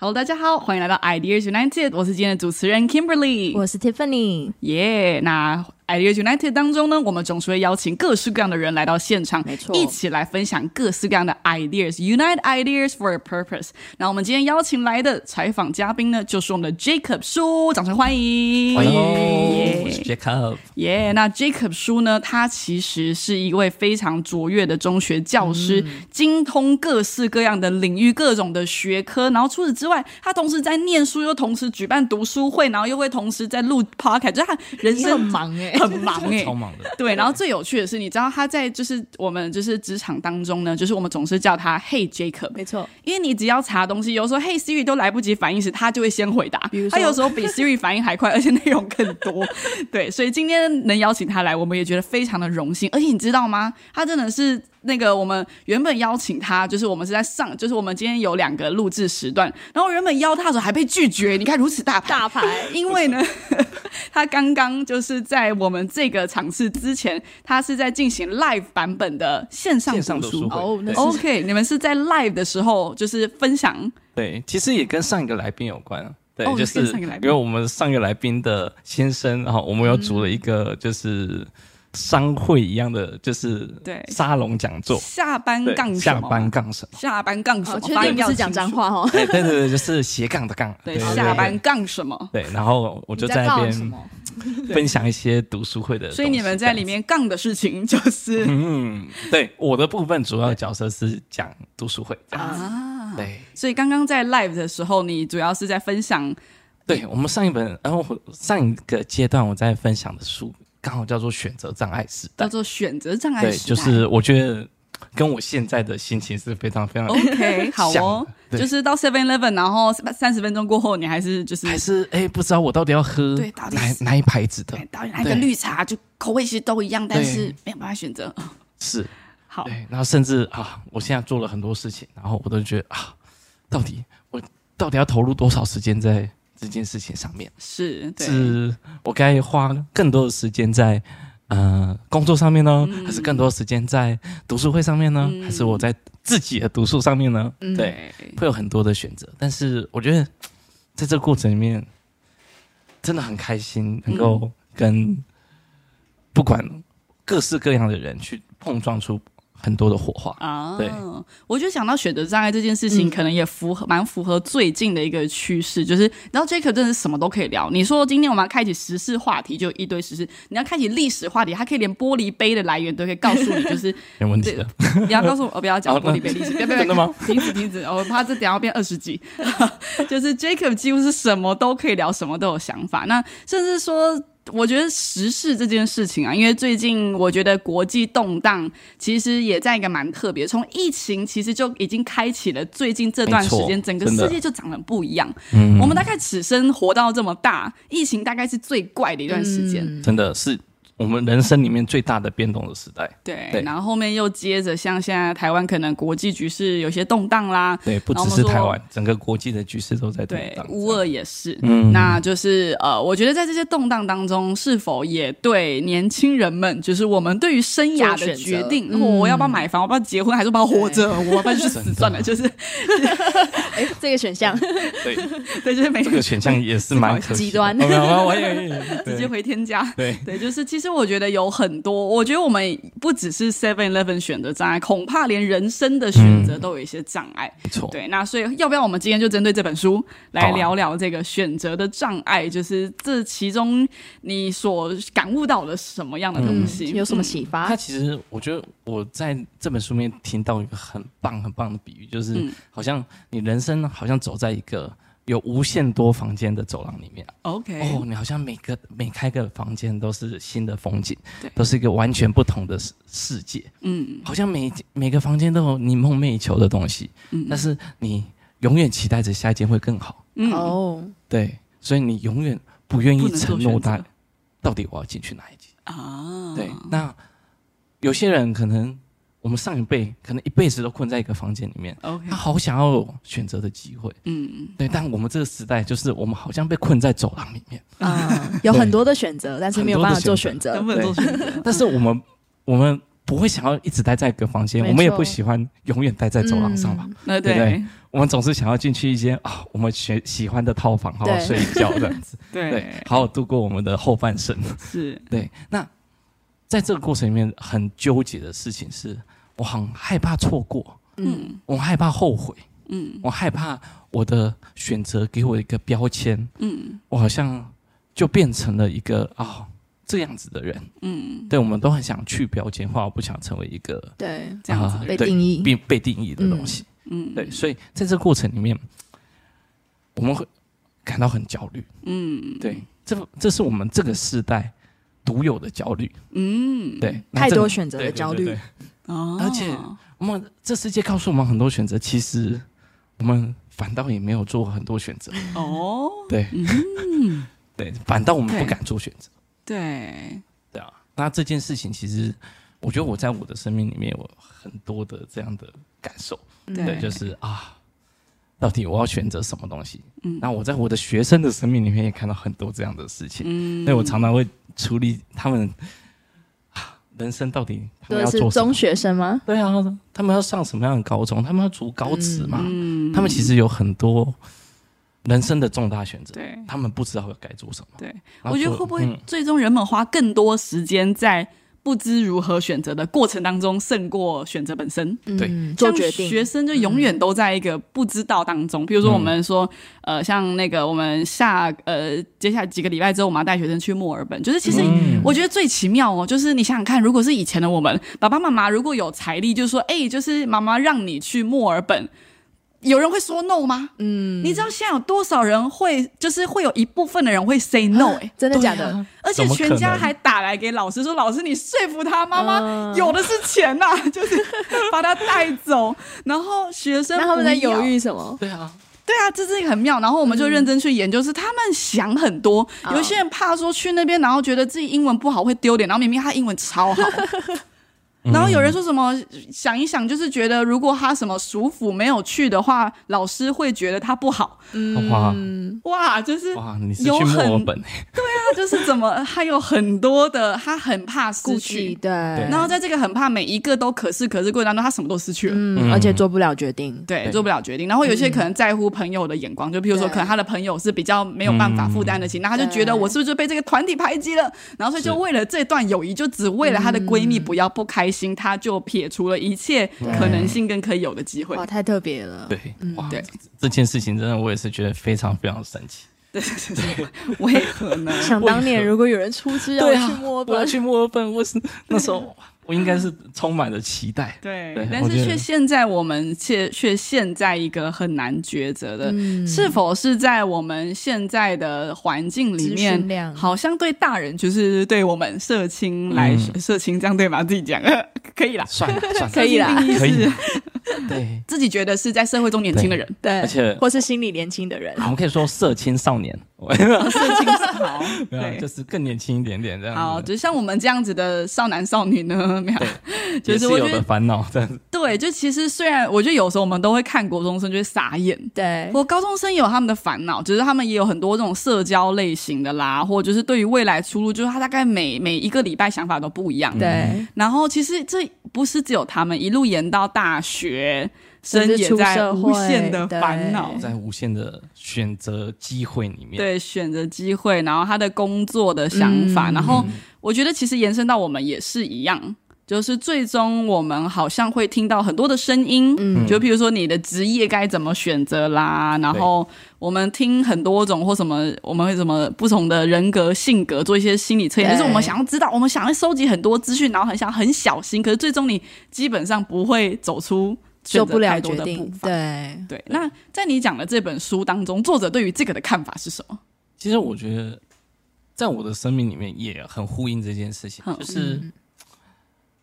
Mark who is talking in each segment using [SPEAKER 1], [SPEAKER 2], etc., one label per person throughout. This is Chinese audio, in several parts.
[SPEAKER 1] Hello，大家好，欢迎来到 Ideas United，我是今天的主持人 Kimberly，
[SPEAKER 2] 我是 Tiffany。
[SPEAKER 1] 耶那 Ideas United 当中呢，我们总是会邀请各式各样的人来到现场，
[SPEAKER 2] 没错
[SPEAKER 1] 一起来分享各式各样的 ideas，unite ideas for a purpose。那我们今天邀请来的采访嘉宾呢，就是我们的 Jacob 叔，掌声欢迎！
[SPEAKER 3] 欢迎，
[SPEAKER 1] 耶
[SPEAKER 3] 我是 Jacob。
[SPEAKER 1] 耶那 Jacob 叔呢，他其实是一位非常卓越的中学教师，
[SPEAKER 2] 嗯
[SPEAKER 1] 精通各式各样的领域、各种的学科。然后除此之外，他同时在念书，又同时举办读书会，然后又会同时在录 podcast，就是他人
[SPEAKER 2] 你很
[SPEAKER 1] 生
[SPEAKER 2] 忙哎、
[SPEAKER 1] 很忙哎、
[SPEAKER 3] 超忙 的，
[SPEAKER 1] 对，然后最有趣的是，你知道他在就是我们就是职场当中呢，就是我们总是叫他 Hey Jacob，
[SPEAKER 2] 没错，
[SPEAKER 1] 因为你只要查东西，有时候 Hey Siri 都来不及反应时，他就会先回答
[SPEAKER 2] 比如。说
[SPEAKER 1] 他有时候比 Siri 反应还快，而且内容更多。对，所以今天能邀请他来，我们也觉得非常的荣幸。而且你知道吗？他真的是那个我们原本邀请他，就是我们是在上，就是我们今天有两个录制时段，然后原本邀他的时候还被拒绝。你看如此 大牌，
[SPEAKER 2] 大牌
[SPEAKER 1] 因为 呢， 他刚刚就是在我们这个场次之前，他是在进行 live 版本的线上
[SPEAKER 3] 线上读书会
[SPEAKER 2] 哦那
[SPEAKER 3] 对
[SPEAKER 2] 是
[SPEAKER 1] OK，你们是在 live 的时候就是分享
[SPEAKER 3] 对，其实也跟上一个来宾有关啊。对
[SPEAKER 1] 哦，
[SPEAKER 3] 就是
[SPEAKER 1] 跟上一个来
[SPEAKER 3] 因
[SPEAKER 1] 宾
[SPEAKER 3] 为我们上一个来宾的先生，然后我们有组了一个就是商会一样的，就是
[SPEAKER 1] 对
[SPEAKER 3] 沙龙讲座，
[SPEAKER 1] 下班
[SPEAKER 3] 对
[SPEAKER 1] 杠什
[SPEAKER 3] 下
[SPEAKER 1] 么啊
[SPEAKER 3] 班杠什么？
[SPEAKER 1] 下班杠什
[SPEAKER 2] 哦，
[SPEAKER 1] 么？
[SPEAKER 2] 确
[SPEAKER 1] 发
[SPEAKER 2] 定
[SPEAKER 1] 音
[SPEAKER 2] 不
[SPEAKER 1] 要
[SPEAKER 2] 是讲
[SPEAKER 1] 清
[SPEAKER 2] 脏
[SPEAKER 1] 楚。
[SPEAKER 2] 话哦。
[SPEAKER 3] 对对对对，就是斜杠的杠。
[SPEAKER 1] 对，下班杠什么？
[SPEAKER 3] 对，然后我就
[SPEAKER 2] 你
[SPEAKER 3] 在那
[SPEAKER 2] 告
[SPEAKER 3] 边
[SPEAKER 2] 什么？
[SPEAKER 3] 分享一些读书会的，
[SPEAKER 1] 所以你们在里。面杠的事情就是
[SPEAKER 3] 嗯，对，我的部分主要角色是讲读书会。
[SPEAKER 1] 啊。
[SPEAKER 3] 对，
[SPEAKER 1] 所以刚刚在 live 的时候，你主要是在分享
[SPEAKER 3] 对我们上一本，然后我上一个阶段我在分享的书，刚好叫做《选择障碍时
[SPEAKER 1] 叫》。
[SPEAKER 3] 代
[SPEAKER 1] 做选择障碍
[SPEAKER 3] 对，
[SPEAKER 1] 时
[SPEAKER 3] 就
[SPEAKER 1] 代。
[SPEAKER 3] 是我觉得跟我现在的心情是非常非常
[SPEAKER 1] OK，好
[SPEAKER 3] 像
[SPEAKER 1] 哦
[SPEAKER 3] 的，对
[SPEAKER 1] 就是到 Seven Eleven，然后三十分钟过后，你还是就是
[SPEAKER 3] 还是哎、不知道我到底要喝
[SPEAKER 1] 对到底
[SPEAKER 3] 哪
[SPEAKER 1] 是
[SPEAKER 3] 哪一牌子的
[SPEAKER 1] 对，到底哪一个
[SPEAKER 3] 对
[SPEAKER 1] 绿茶就口味其实都一样，但
[SPEAKER 3] 对
[SPEAKER 1] 是没有办法选择。
[SPEAKER 3] 是，
[SPEAKER 1] 好，
[SPEAKER 3] 对，然后甚至啊，我现在做了很多事情，然后我都觉得啊，到底我到底要投入多少时间在这件事情上面？
[SPEAKER 1] 是，对，
[SPEAKER 3] 是我该花更多的时间在呃工作上面呢，
[SPEAKER 1] 嗯
[SPEAKER 3] 还是更多的时间在读书会上面呢，还是我在自己的读书上面呢？
[SPEAKER 2] 嗯
[SPEAKER 3] 对，会有很多的选择。但是我觉得在这个过程里面，真的很开心，能
[SPEAKER 1] 嗯
[SPEAKER 3] 够跟不管各式各样的人去碰撞出很多的火花。
[SPEAKER 1] 啊，
[SPEAKER 3] 对，
[SPEAKER 1] 我就想到选择障碍这件事情，可能也符合蛮符合最近的一个趋势，就是，然后 Jacob 真的是什么都可以聊。你说今天我们要开启时事话题，就一堆时事；你要开启历史话题，他可以连玻璃杯的来源都可以告诉你，就是
[SPEAKER 3] 没问题的，
[SPEAKER 1] 你要告诉我，我不要讲
[SPEAKER 3] 好
[SPEAKER 1] 玻璃杯历史，不要不要，
[SPEAKER 3] 真的吗？
[SPEAKER 1] 停止停止，我怕哦这等下要变二十集。 就是 Jacob 几乎是什么都可以聊，什么都有想法。那甚至说，我觉得时事这件事情啊，因为最近我觉得国际动荡其实也在一个蛮特别，从疫情其实就已经开启了最近这段时间，
[SPEAKER 3] 没错
[SPEAKER 1] 整个
[SPEAKER 3] 真的
[SPEAKER 1] 世界就长得不一样。
[SPEAKER 3] 嗯
[SPEAKER 1] 我们大概此生活到这么大，疫情大概是最怪的一段时间。
[SPEAKER 3] 真的是我们人生里面最大的变动的时代。
[SPEAKER 1] 对，
[SPEAKER 3] 对
[SPEAKER 1] 然后后面又接着像现在台湾可能国际局势有些动荡啦，
[SPEAKER 3] 对，不
[SPEAKER 1] 然后我们
[SPEAKER 3] 只是
[SPEAKER 1] 说
[SPEAKER 3] 台湾，整个国际的局势都在动
[SPEAKER 1] 对
[SPEAKER 3] 荡，
[SPEAKER 1] 乌
[SPEAKER 3] 这样
[SPEAKER 1] 二也是，
[SPEAKER 3] 嗯
[SPEAKER 1] 那就是呃，我觉得在这些动荡当中，是否也对年轻人们，就是我们对于生涯
[SPEAKER 2] 做
[SPEAKER 1] 的
[SPEAKER 2] 选
[SPEAKER 1] 决
[SPEAKER 2] 择
[SPEAKER 1] 定，
[SPEAKER 2] 嗯
[SPEAKER 1] 我要不要买房，我要不要结婚，还是我要活着，我要不要去死算 了，就是
[SPEAKER 2] 哎、这个选项
[SPEAKER 3] 对，
[SPEAKER 1] 对，就是每
[SPEAKER 3] 这
[SPEAKER 1] 个
[SPEAKER 3] 个选项也是蛮可惜 的
[SPEAKER 2] 极端
[SPEAKER 3] 哦没有没有我也
[SPEAKER 1] 直接
[SPEAKER 3] 对
[SPEAKER 1] 回天家。
[SPEAKER 3] 对
[SPEAKER 1] 对，就是其实我觉得有很多，我觉得我们不只是 Seven Eleven 选择障碍，恐怕连人生的选
[SPEAKER 3] 嗯
[SPEAKER 1] 择都有一些障碍。
[SPEAKER 3] 没错，
[SPEAKER 1] 对，那所以要不要我们今天就针对这本书来
[SPEAKER 3] 好啊
[SPEAKER 1] 聊聊这个选择的障碍，就是这其中你所感悟到了什么样的东西？
[SPEAKER 2] 有什
[SPEAKER 1] 嗯
[SPEAKER 2] 么启发
[SPEAKER 3] 他？其实，我觉得我在这本书里面听到一个很棒很棒的比喻，就是、
[SPEAKER 1] 嗯
[SPEAKER 3] 好像你人生好像走在一个有无限多房间的走廊里面。
[SPEAKER 1] ？OK，、
[SPEAKER 3] 哦，你好像每个每开个房间都是新的风景
[SPEAKER 1] 对，
[SPEAKER 3] 都是一个完全不同的世世界。
[SPEAKER 1] 嗯，
[SPEAKER 3] 好像每每个房间都有你梦寐以求的东西，但是你永远期待着下一间会更好。
[SPEAKER 1] 嗯，
[SPEAKER 2] 哦、
[SPEAKER 3] 对，所以你永远不愿
[SPEAKER 1] 不
[SPEAKER 3] 意
[SPEAKER 1] 能做
[SPEAKER 3] 承
[SPEAKER 1] 选
[SPEAKER 3] 诺
[SPEAKER 1] 择
[SPEAKER 3] 他到底我要进去哪一间。
[SPEAKER 1] 啊，
[SPEAKER 3] 对，那有些人可能我们上一辈可能一辈子都困在一个房间里面，
[SPEAKER 1] ，OK，
[SPEAKER 3] 他好想要有选择的机会，
[SPEAKER 1] 嗯，
[SPEAKER 3] 对，但我们这个时代就是我们好像被困在走廊里面，
[SPEAKER 2] 嗯啊、有很多的选择，但是没有办法做选
[SPEAKER 1] 根
[SPEAKER 2] 择。
[SPEAKER 1] 本都是
[SPEAKER 3] 但是我们我们不会想要一直待在一个房间，
[SPEAKER 2] 没
[SPEAKER 3] 我们也
[SPEAKER 2] 错
[SPEAKER 3] 不喜欢永远待在走廊上吧。
[SPEAKER 2] 嗯
[SPEAKER 1] 呃，
[SPEAKER 3] 对
[SPEAKER 1] 对
[SPEAKER 3] 我们总是想要进去一间啊，我们喜喜欢的套房，好好
[SPEAKER 2] 对
[SPEAKER 3] 睡一觉这样子，对，好好度过我们的后半生。
[SPEAKER 1] 是，
[SPEAKER 3] 对，那在这个过程里面，很纠结的事情是，我很害怕错过，
[SPEAKER 2] 嗯，
[SPEAKER 3] 我害怕后悔，
[SPEAKER 1] 嗯
[SPEAKER 3] 我害怕我的选择给我一个标签，
[SPEAKER 1] 嗯
[SPEAKER 3] 我好像就变成了一个啊、哦、这样子的人。
[SPEAKER 1] 嗯，
[SPEAKER 3] 对，我们都很想去标签化，我不想成为一个
[SPEAKER 2] 对，
[SPEAKER 1] 这样子
[SPEAKER 3] 啊
[SPEAKER 1] 的人，
[SPEAKER 2] 被
[SPEAKER 3] 对
[SPEAKER 2] 定义，
[SPEAKER 3] 被被定义的东西。
[SPEAKER 1] 嗯，
[SPEAKER 3] 对，所以在这个过程里面，我们会感到很焦虑。
[SPEAKER 1] 嗯，
[SPEAKER 3] 对，这这是我们这个时代独有的焦虑。
[SPEAKER 1] 嗯，
[SPEAKER 3] 对，那
[SPEAKER 2] 太
[SPEAKER 3] 这个
[SPEAKER 2] 多选择的焦。
[SPEAKER 3] 对对对
[SPEAKER 2] 虑
[SPEAKER 3] 对，
[SPEAKER 1] 哦，
[SPEAKER 3] 而且我们这世界告诉我们很多选择，其实我们反倒也没有做很多选择。
[SPEAKER 1] 哦，
[SPEAKER 3] 对， 对，反倒我们不
[SPEAKER 1] 嗯对
[SPEAKER 3] 敢做选择。
[SPEAKER 1] 对，
[SPEAKER 3] 对啊，那这件事情其实，我觉得我在我的生命里面，我很多的这样的感受。
[SPEAKER 2] 嗯
[SPEAKER 3] 对，
[SPEAKER 1] 对
[SPEAKER 3] 就是啊，到底我要选择什么东西？嗯，那我在我的学生的生命里面也看到很多这样的事情，
[SPEAKER 1] 嗯，
[SPEAKER 3] 所以我常常会处理他们、啊、人生到底他
[SPEAKER 2] 说
[SPEAKER 3] 们
[SPEAKER 2] 的
[SPEAKER 3] 要
[SPEAKER 2] 是
[SPEAKER 3] 做什
[SPEAKER 2] 中
[SPEAKER 3] 么？
[SPEAKER 2] 学生吗？
[SPEAKER 3] 对啊，他们要上什么样的高中？他们要读高职嘛？
[SPEAKER 1] 嗯，
[SPEAKER 3] 他们其实有很多人生的重大选择，
[SPEAKER 1] 对
[SPEAKER 3] 他们不知道该做什么。
[SPEAKER 1] 对，
[SPEAKER 3] 然后
[SPEAKER 1] 我觉得
[SPEAKER 3] 做
[SPEAKER 1] 会不会
[SPEAKER 3] 嗯
[SPEAKER 1] 最终人们花更多时间在不知如何选择的过程当中，胜过选择本身？
[SPEAKER 3] 对
[SPEAKER 2] 嗯，做
[SPEAKER 1] 像
[SPEAKER 2] 决
[SPEAKER 1] 学
[SPEAKER 2] 定，
[SPEAKER 1] 生就永远都在一个不知道当中。比如说，我们说，呃，像那个我们下呃接下来几个礼拜之后，我们要带学生去墨尔本，就是其实。
[SPEAKER 3] 嗯
[SPEAKER 1] 我觉得最奇妙哦，就是你想想看，如果是以前的我们，爸爸妈妈如果有财力，就是说，哎、就是妈妈让你去墨尔本，有人会说 no 吗？
[SPEAKER 2] 嗯，
[SPEAKER 1] 你知道现在有多少人会，就是会有一部分的人会 say no 哎、
[SPEAKER 2] 欸真的假
[SPEAKER 3] 对
[SPEAKER 2] 的
[SPEAKER 3] 啊？
[SPEAKER 1] 而且
[SPEAKER 3] 怎么可
[SPEAKER 1] 全家
[SPEAKER 3] 能
[SPEAKER 1] 还打来给老师说：“老师，你说服他妈妈
[SPEAKER 2] 嗯
[SPEAKER 1] 有的是钱呐、 就是把他带走。”然后学生
[SPEAKER 2] 那他们在
[SPEAKER 1] 不要
[SPEAKER 2] 犹，豫什么？
[SPEAKER 3] 对啊，
[SPEAKER 1] 对啊，这是一个很妙。然后我们就认真去研究，是他们想很多。
[SPEAKER 2] 哦
[SPEAKER 1] 有些人怕说去那边，然后觉得自己英文不好会丢脸，然后明明他英文超好。
[SPEAKER 3] 嗯
[SPEAKER 1] 然后有人说什么想一想，就是觉得如果他什么熟辅没有去的话，老师会觉得他不好。
[SPEAKER 3] 哇
[SPEAKER 2] 嗯，
[SPEAKER 1] 哇，就是
[SPEAKER 3] 哇，你是去
[SPEAKER 1] 有
[SPEAKER 3] 墨尔
[SPEAKER 1] 很
[SPEAKER 3] 本，
[SPEAKER 1] 他就是怎么，他有很多的，他很怕
[SPEAKER 2] 顾
[SPEAKER 1] 失
[SPEAKER 2] 忌，
[SPEAKER 1] 去。
[SPEAKER 2] 对，
[SPEAKER 1] 然后在这个很怕每一个都可是可是过程当中，他什么都失去了，
[SPEAKER 2] 嗯，
[SPEAKER 3] 嗯
[SPEAKER 2] 而且做不了决定，
[SPEAKER 1] 对，
[SPEAKER 3] 对
[SPEAKER 1] 做不了决定。然后有些可能在乎朋友的眼光，就比如说，
[SPEAKER 2] 对
[SPEAKER 1] 可能他的朋友是比较没有办法负担得起，那他就觉得
[SPEAKER 2] 对
[SPEAKER 1] 我是不是被这个团体排挤了？然后所以就是为了这段友谊，就只为了她的闺蜜不要不开心，她就撇除了一切可能性跟可以有的机会
[SPEAKER 2] 哇，。太特别了，
[SPEAKER 3] 对，哇，
[SPEAKER 1] 嗯对
[SPEAKER 3] 这件事情真的我也是觉得非常非常神奇。
[SPEAKER 1] 对对对， 为何呢？
[SPEAKER 2] 想当年，如果有人出资让我
[SPEAKER 3] 对
[SPEAKER 2] 去
[SPEAKER 3] 啊，
[SPEAKER 2] 墨尔
[SPEAKER 3] 我要
[SPEAKER 2] 本，
[SPEAKER 3] 去墨尔本，我是那时候我应该是充满了期待。
[SPEAKER 1] 对
[SPEAKER 3] 对，
[SPEAKER 1] 但
[SPEAKER 3] 我
[SPEAKER 1] 是
[SPEAKER 3] 觉得
[SPEAKER 1] 却现在我们却却陷在一个很难抉择的，
[SPEAKER 2] 嗯
[SPEAKER 1] 是否是在我们现在的环境里
[SPEAKER 2] 资
[SPEAKER 1] 面
[SPEAKER 2] 讯，量
[SPEAKER 1] 好像对大人就是对我们社青来、
[SPEAKER 3] 嗯
[SPEAKER 1] 社青这样对吗？自己讲 可以啦，
[SPEAKER 3] 算 了算了，
[SPEAKER 2] 可以啦
[SPEAKER 1] 社青定义
[SPEAKER 3] 可以
[SPEAKER 1] 是
[SPEAKER 3] 啦。对，
[SPEAKER 1] 自己觉得是在社会中年轻的人，
[SPEAKER 2] 对，
[SPEAKER 3] 而且
[SPEAKER 2] 或是心理年轻的人，
[SPEAKER 3] 我们可以说色青少年，
[SPEAKER 1] 哦社青是好，
[SPEAKER 3] 没有啊
[SPEAKER 1] 对
[SPEAKER 3] 就。是更年轻一点点这样子。
[SPEAKER 1] 好，就像我们这样子的少男少女呢，没有，就
[SPEAKER 3] 也
[SPEAKER 1] 是
[SPEAKER 3] 是
[SPEAKER 1] 我
[SPEAKER 3] 有
[SPEAKER 1] 觉得
[SPEAKER 3] 的烦恼这样子。
[SPEAKER 1] 对，就其实虽然我觉得有时候我们都会看国中生就会傻眼，
[SPEAKER 2] 对，
[SPEAKER 1] 我高中生也有他们的烦恼，只、是他们也有很多这种社交类型的啦，或者就是对于未来出路，就是他大概每每一个礼拜想法都不一样。
[SPEAKER 2] 对，
[SPEAKER 1] 然后其实这不是只有他们，一路延到大学生
[SPEAKER 2] 甚至
[SPEAKER 1] 也
[SPEAKER 2] 出
[SPEAKER 1] 在
[SPEAKER 2] 社
[SPEAKER 1] 无限
[SPEAKER 2] 会
[SPEAKER 1] 的
[SPEAKER 2] 对
[SPEAKER 1] 烦恼。
[SPEAKER 3] 在无限的选择机会里面，
[SPEAKER 1] 对，选择机会，然后他的工作的想
[SPEAKER 2] 嗯
[SPEAKER 1] 法，然后我觉得其实延伸到我们也是一样，就是最终我们好像会听到很多的声音，
[SPEAKER 2] 嗯
[SPEAKER 1] 就譬如说你的职业该怎么选择啦，然后我们听很多种或什么，我们会什么不同的人格性格做一些心理测验，
[SPEAKER 2] 对
[SPEAKER 1] 就是我们想要知道，我们想要收集很多资讯，然后很想很小心，可是最终你基本上不会走出选
[SPEAKER 2] 做
[SPEAKER 1] 择
[SPEAKER 2] 不了
[SPEAKER 1] 太多
[SPEAKER 2] 决
[SPEAKER 1] 的步
[SPEAKER 2] 定，
[SPEAKER 1] 伐
[SPEAKER 2] 对，
[SPEAKER 1] 对，那在你讲的这本书当中，作者对于这个的看法是什么？
[SPEAKER 3] 其实我觉得，在我的生命里面也很呼应这件事情，
[SPEAKER 1] 嗯
[SPEAKER 3] 就是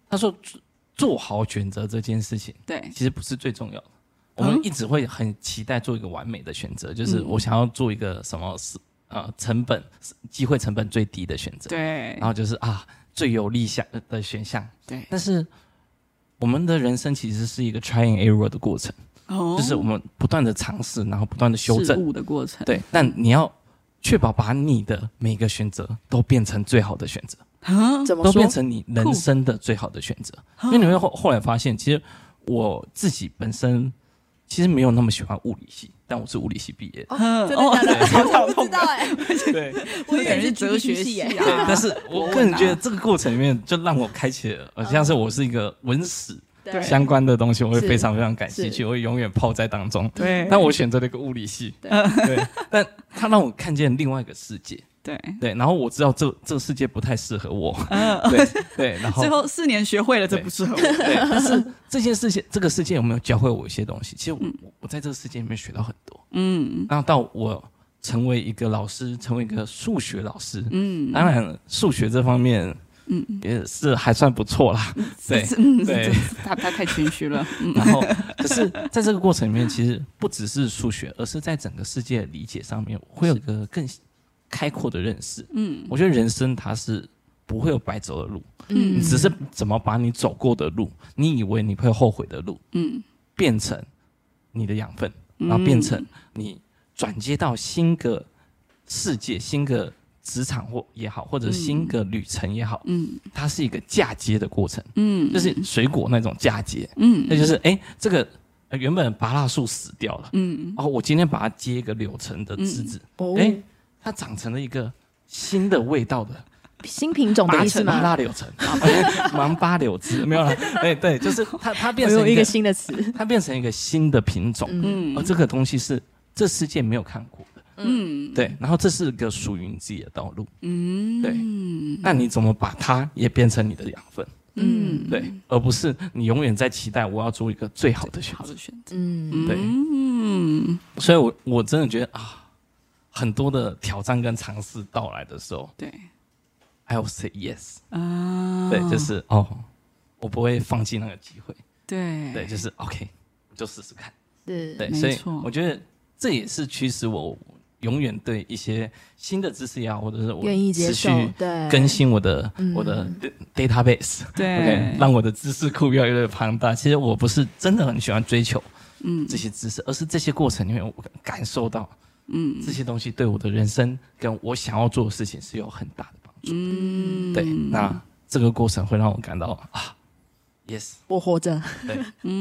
[SPEAKER 3] 他说做做好选择这件事情。
[SPEAKER 1] 对，
[SPEAKER 3] 其实不是最重要的。我
[SPEAKER 1] 嗯
[SPEAKER 3] 们一直会很期待做一个完美的选择，就是我想要做一个什么是呃成本机会成本最低的选择，
[SPEAKER 1] 对
[SPEAKER 3] 然，后就是啊最有利项的选项。
[SPEAKER 1] 对，
[SPEAKER 3] 但是我们的人生其实是一个 try and error 的过程，
[SPEAKER 1] 哦
[SPEAKER 3] 就是我们不断的尝试，然后不断的修
[SPEAKER 1] 事
[SPEAKER 3] 正。
[SPEAKER 1] 物的过程，
[SPEAKER 3] 对，但你要确保把你的每个选择都变成最好的选择。
[SPEAKER 1] 嗯
[SPEAKER 2] 怎么
[SPEAKER 3] 都
[SPEAKER 2] 说
[SPEAKER 3] 变？成你人生的最好的选择。因为你会后后来发现，其实我自己本身其实没有那么喜欢物理系，但我是物理系毕业的，
[SPEAKER 2] 哦真的
[SPEAKER 3] 哦
[SPEAKER 2] 假的？我不知道哎，
[SPEAKER 3] 对
[SPEAKER 2] 我以为
[SPEAKER 1] 感觉
[SPEAKER 2] 是
[SPEAKER 1] 是哲学
[SPEAKER 2] GDP 系
[SPEAKER 1] 系
[SPEAKER 2] 耶
[SPEAKER 1] 啊，
[SPEAKER 3] 对。 但是我个人觉得这个过程里面，就让我开启了，呃像是我是一个文史
[SPEAKER 2] 对
[SPEAKER 3] 相关的东西，我会
[SPEAKER 2] 是
[SPEAKER 3] 非常非常感兴
[SPEAKER 2] 是
[SPEAKER 3] 趣，我会永远泡在当中。
[SPEAKER 1] 对
[SPEAKER 3] 但我选择了一个物理系，
[SPEAKER 2] 对
[SPEAKER 3] 对， 但它让我看见另外一个世界，
[SPEAKER 1] 对，
[SPEAKER 3] 对，然后我知道这这个世界不太适合我， 对对，嗯然后
[SPEAKER 1] 最后四年学会了，这不适合我。
[SPEAKER 3] 对，但是这件事情，这个世界有没有教会我一些东西？其实我、我在这个世界里面学到很多。嗯，然后到我成为一个老师，成为一个数学老师，嗯，当然数学这方面，嗯，也是还算不错啦。 对，
[SPEAKER 1] 嗯，
[SPEAKER 3] 对
[SPEAKER 1] 这他他太谦虚了。嗯
[SPEAKER 3] 然后可是在这个过程里面，其实不只是数学，而是在整个世界理解上面，我会有一个更开阔的认识。嗯，我觉得人生它是不会有白走的路，
[SPEAKER 2] 嗯
[SPEAKER 3] 你只是怎么把你走过的路，你以为你会后悔的路，
[SPEAKER 1] 嗯，
[SPEAKER 3] 变成你的养分， 然后变成
[SPEAKER 1] 嗯
[SPEAKER 3] 你转接到新个世界、新个职场或也好，或者新个旅程也好，
[SPEAKER 1] 嗯
[SPEAKER 3] 它是一个嫁接的过程，
[SPEAKER 1] 嗯
[SPEAKER 3] 就是水果那种嫁接，
[SPEAKER 1] 嗯
[SPEAKER 3] 那就是哎、诶这个呃原本拔蜡树死掉了，
[SPEAKER 1] 嗯，
[SPEAKER 3] 然后我今天把它接一个柳橙的枝子，
[SPEAKER 2] 哦
[SPEAKER 3] 哎、它长成了一个新的味道的
[SPEAKER 2] 新品种的
[SPEAKER 3] 麻
[SPEAKER 2] 哦意思
[SPEAKER 3] 城麻
[SPEAKER 2] 吗？
[SPEAKER 3] 辣柳 橙，芒巴柳枝没有了，对对，就是它它变
[SPEAKER 2] 我
[SPEAKER 3] 成
[SPEAKER 2] 有
[SPEAKER 3] 一
[SPEAKER 2] 一
[SPEAKER 3] 个
[SPEAKER 2] 个新的词，
[SPEAKER 3] 它变成一个新的品种，
[SPEAKER 1] 嗯
[SPEAKER 3] 而这个东西是这世界没有看过的，
[SPEAKER 1] 嗯
[SPEAKER 3] 对，然后这是个属于你自己的道路，
[SPEAKER 1] 嗯，
[SPEAKER 3] 对那你怎么把它也变成你的养分？
[SPEAKER 1] 嗯，
[SPEAKER 3] 对，而不是你永远在期待我要做一个最好的选
[SPEAKER 1] 好
[SPEAKER 3] 择
[SPEAKER 1] 的，选择。
[SPEAKER 2] 嗯，
[SPEAKER 3] 对，
[SPEAKER 1] 嗯，
[SPEAKER 3] 所以我我真的觉得啊，很多的挑战跟尝试到来的时候，
[SPEAKER 1] 对
[SPEAKER 3] 还有 say yes，、
[SPEAKER 1] 啊，
[SPEAKER 3] 对，就是哦，我不会放弃那个机会，
[SPEAKER 2] 哎
[SPEAKER 1] 对
[SPEAKER 3] 对，就是 OK，我就试试看，
[SPEAKER 2] 是
[SPEAKER 3] 对，
[SPEAKER 1] 没
[SPEAKER 3] 所以
[SPEAKER 1] 错
[SPEAKER 3] 我觉得这也是驱使我永远对一些新的知识也好，或者是我
[SPEAKER 2] 愿意接
[SPEAKER 3] 持续
[SPEAKER 2] 受，嗯对，
[SPEAKER 3] 更新我的我的 database，OK，
[SPEAKER 1] 对，
[SPEAKER 3] 让我的知识库越来越庞大。其实我不是真的很喜欢追求，嗯，这些知识，而是这些过程里面我感受到，嗯，这些东西对我的人生跟我想要做的事情是有很大的帮助。
[SPEAKER 1] 嗯，
[SPEAKER 3] 对，那这个过程会让我感到啊，yes，
[SPEAKER 2] 我活着，
[SPEAKER 3] 对，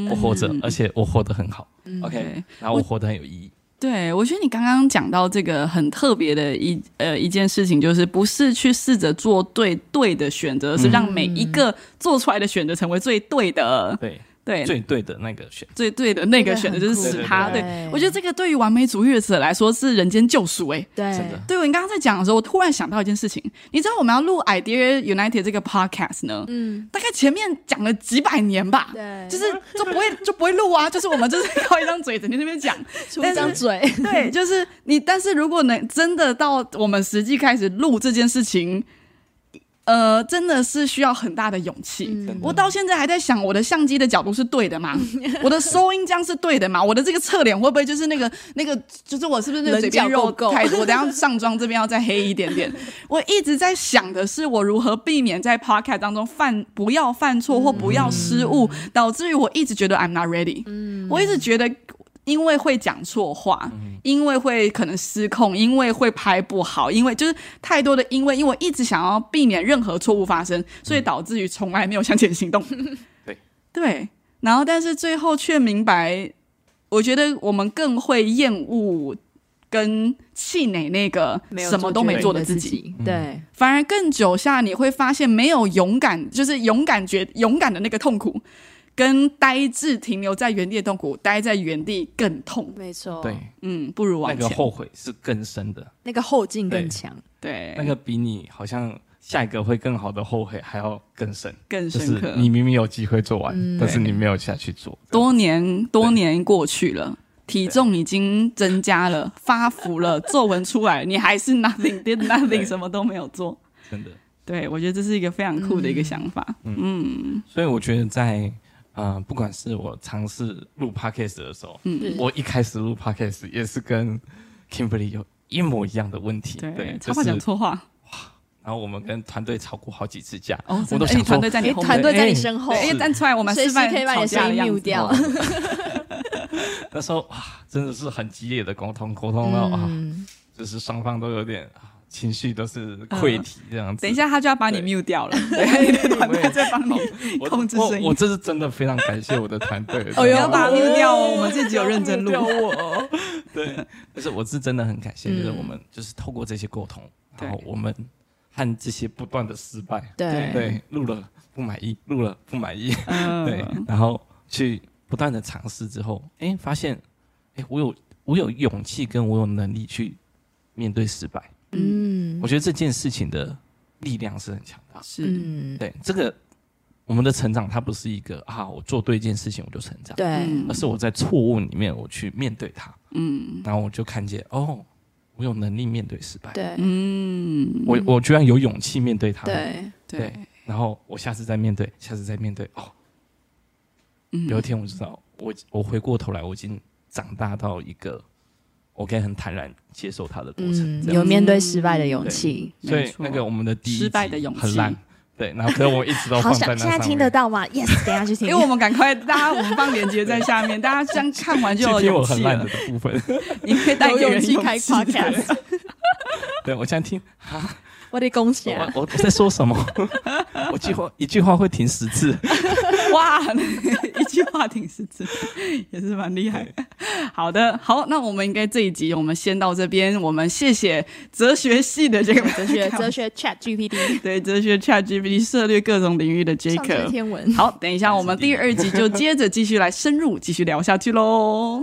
[SPEAKER 3] 我活着，而且我活得很好，OK，
[SPEAKER 1] 嗯对
[SPEAKER 3] 然后我活得很有意义，
[SPEAKER 1] 对，我觉得你刚刚讲到这个很特别的一呃一件事情，就是不是去试着做对对的选择，
[SPEAKER 3] 嗯
[SPEAKER 1] 是让每一个做出来的选择成为最对的，
[SPEAKER 3] 对，
[SPEAKER 1] 对，
[SPEAKER 3] 最对的那个选
[SPEAKER 1] 最对的那个选择就是
[SPEAKER 3] 这
[SPEAKER 1] 使
[SPEAKER 3] 个很
[SPEAKER 1] 他。
[SPEAKER 3] 酷
[SPEAKER 1] 对
[SPEAKER 2] 对
[SPEAKER 1] 我觉得这个对于完美主义者来说是人间救赎哎、欸
[SPEAKER 2] 对，
[SPEAKER 3] 真的
[SPEAKER 1] 对我，你刚刚在讲的时候，我突然想到一件事情，你知道我们要录《Idea United》这个 podcast 呢，
[SPEAKER 2] 嗯，
[SPEAKER 1] 大概前面讲了几百年吧，
[SPEAKER 2] 对
[SPEAKER 1] 就是就不会就不会录啊，就是我们就是靠一张嘴整天在那边讲，
[SPEAKER 2] 出
[SPEAKER 1] 但
[SPEAKER 2] 一
[SPEAKER 1] 是
[SPEAKER 2] 张嘴，
[SPEAKER 1] 对，就是你，但是如果能真的到我们实际开始录这件事情，呃，真的是需要很大的勇气。
[SPEAKER 3] 真的
[SPEAKER 1] 嗯我到现在还在想，我的相机的角度是对的吗？我的收音这样是对的吗？我的这个侧脸会不会就是那个那个，就是我是不是那个
[SPEAKER 2] 棱
[SPEAKER 1] 嘴边
[SPEAKER 2] 角
[SPEAKER 1] 肉
[SPEAKER 2] 够够
[SPEAKER 1] 太多？我等一下上妆这边要再黑一点点。我一直在想的是，我如何避免在 podcast 当中犯不要犯错或不要失误，导致于我一直觉得 I'm not ready。我一直觉得。因为会讲错话，因为会可能失控，因为会拍不好，因为就是太多的因为，因为我一直想要避免任何错误发生，所以导致于从来没有向前行动。
[SPEAKER 3] 嗯 对
[SPEAKER 1] 对，然后但是最后却明白，我觉得我们更会厌恶跟气馁那个什么都 没做的自己。，
[SPEAKER 3] 嗯
[SPEAKER 2] 对，
[SPEAKER 1] 反而更久下，你会发现没有勇敢，就是勇敢觉勇敢的那个痛苦，跟呆滞停留在原地的痛苦，待在原地更痛。
[SPEAKER 2] 没错，
[SPEAKER 3] 对，
[SPEAKER 1] 嗯，不如
[SPEAKER 3] 那
[SPEAKER 1] 往
[SPEAKER 3] 个
[SPEAKER 1] 前。
[SPEAKER 3] 后悔是更深的，
[SPEAKER 2] 那个后劲更强，
[SPEAKER 1] 对，
[SPEAKER 3] 那个比你好像下一个会更好的后悔还要更深。
[SPEAKER 1] 更
[SPEAKER 3] 就
[SPEAKER 1] 深
[SPEAKER 3] 是
[SPEAKER 1] 刻。
[SPEAKER 3] 你明明有机会做完，
[SPEAKER 2] 嗯
[SPEAKER 3] 但是你没有下去做。
[SPEAKER 1] 多年多年过去了。体重已经增加了，发福了，皱纹出来了，你还是 nothing did
[SPEAKER 3] 对
[SPEAKER 1] nothing，什么都没有做。
[SPEAKER 3] 真的。
[SPEAKER 1] 对，我觉得这是一个非常酷的一个想法。嗯
[SPEAKER 3] 所以我觉得在呃，不管是我尝试录 podcast 的时候，
[SPEAKER 1] 嗯，
[SPEAKER 3] 我一开始录 podcast 也是跟 Kimberly 有一模一样的问题，
[SPEAKER 1] 对，超
[SPEAKER 3] 就是
[SPEAKER 1] 话讲错话
[SPEAKER 3] 然后我们跟团队吵过好几次架，
[SPEAKER 1] 哦，
[SPEAKER 3] 我
[SPEAKER 1] 真
[SPEAKER 3] 都
[SPEAKER 1] 的，哎，你
[SPEAKER 3] 想说
[SPEAKER 1] 团队在你
[SPEAKER 2] 哎
[SPEAKER 1] 后
[SPEAKER 2] 团
[SPEAKER 1] 面，
[SPEAKER 2] 队在
[SPEAKER 3] 哎
[SPEAKER 2] 你身后，
[SPEAKER 1] 哎，但出来我们
[SPEAKER 2] 随
[SPEAKER 1] 示
[SPEAKER 2] 时
[SPEAKER 1] 范
[SPEAKER 2] 可以把
[SPEAKER 1] 吵
[SPEAKER 2] 你的声
[SPEAKER 1] 架的
[SPEAKER 2] 音
[SPEAKER 1] 样
[SPEAKER 2] mute
[SPEAKER 1] 子。
[SPEAKER 2] 掉，
[SPEAKER 3] 那
[SPEAKER 1] 嗯
[SPEAKER 3] 时候哇，真的是很激烈的沟通，沟通到、啊，就是双方都有点啊情绪都是溃体这样子。
[SPEAKER 1] 等一下，他就要把你
[SPEAKER 3] 对
[SPEAKER 1] mute 掉了，对，你的团
[SPEAKER 3] 我也
[SPEAKER 1] 队在帮你
[SPEAKER 3] 我，
[SPEAKER 1] 控制
[SPEAKER 3] 我
[SPEAKER 1] 声音
[SPEAKER 3] 我这是真的非常感谢我的 团队。
[SPEAKER 1] 哦，
[SPEAKER 3] 真的
[SPEAKER 1] 要把它 mute 掉哦，我们这集有认真录。
[SPEAKER 3] 对，但是我是真的很感谢，就是我们就是透过这些沟通，然后
[SPEAKER 1] 嗯对
[SPEAKER 3] 我们和这些不断的失败，
[SPEAKER 2] 对
[SPEAKER 3] 对，录了不满意，录了不满意，
[SPEAKER 1] 嗯，
[SPEAKER 3] 对，然后去不断的尝试之后，哎，发现，哎，我有我有勇气跟我有能力去面对失败，
[SPEAKER 2] 嗯
[SPEAKER 3] 我觉得这件事情的力量是很强大的。
[SPEAKER 1] 是，
[SPEAKER 2] 嗯，
[SPEAKER 3] 对，这个我们的成长，它不是一个啊，我做对一件事情我就成长，
[SPEAKER 2] 对，
[SPEAKER 1] 嗯
[SPEAKER 3] 而是我在错误里面我去面对它。
[SPEAKER 1] 嗯
[SPEAKER 3] 然后我就看见哦，我有能力面对失败，
[SPEAKER 2] 对，
[SPEAKER 1] 嗯，
[SPEAKER 3] 我我居然有勇气面对它，，
[SPEAKER 2] 对，
[SPEAKER 1] 对，
[SPEAKER 3] 然后我下次再面对，下次再面对，哦，
[SPEAKER 1] 嗯
[SPEAKER 3] 有一天我知道，我我回过头来，我已经长大到一个我可以很坦然接受它的过程，
[SPEAKER 2] 嗯，
[SPEAKER 3] 这样
[SPEAKER 2] 有面对失败的勇气。
[SPEAKER 1] 没
[SPEAKER 3] 所以
[SPEAKER 1] 错
[SPEAKER 3] 那个我们的第一
[SPEAKER 1] 失败
[SPEAKER 3] 集
[SPEAKER 1] 的勇
[SPEAKER 3] 很
[SPEAKER 1] 气
[SPEAKER 3] 烂，对，然后可是我一直都放在那
[SPEAKER 2] 想现在
[SPEAKER 3] 上
[SPEAKER 2] 听得
[SPEAKER 3] 面。
[SPEAKER 2] 到吗？Yes，等一下 去听。
[SPEAKER 1] 因为我们赶快，大家我们放链接在下面，大家这样看完就
[SPEAKER 3] 去
[SPEAKER 1] 有
[SPEAKER 3] 听我
[SPEAKER 1] 勇
[SPEAKER 3] 很
[SPEAKER 1] 气
[SPEAKER 3] 烂
[SPEAKER 1] 了
[SPEAKER 3] 的。部分，
[SPEAKER 1] 你可以带给人
[SPEAKER 2] 有 勇气开
[SPEAKER 1] 气
[SPEAKER 2] podcast
[SPEAKER 3] 对我现在听，
[SPEAKER 2] 我得恭喜
[SPEAKER 3] 我我我 在说什么？我句话一句话会停十次，
[SPEAKER 1] 哇， 一句话挺十字，也是蛮厉害。好的，好，那我们应该这一集我们先到这边，我们谢谢哲学系的 这个
[SPEAKER 2] 哲 学哲学 Chat GPT
[SPEAKER 1] 对哲学 ChatGPT 涉猎各种领域的
[SPEAKER 2] 上知
[SPEAKER 1] Jacob。
[SPEAKER 2] 天文。
[SPEAKER 1] 好，等一下我们第二集就接着继续来深入继续聊下去喽。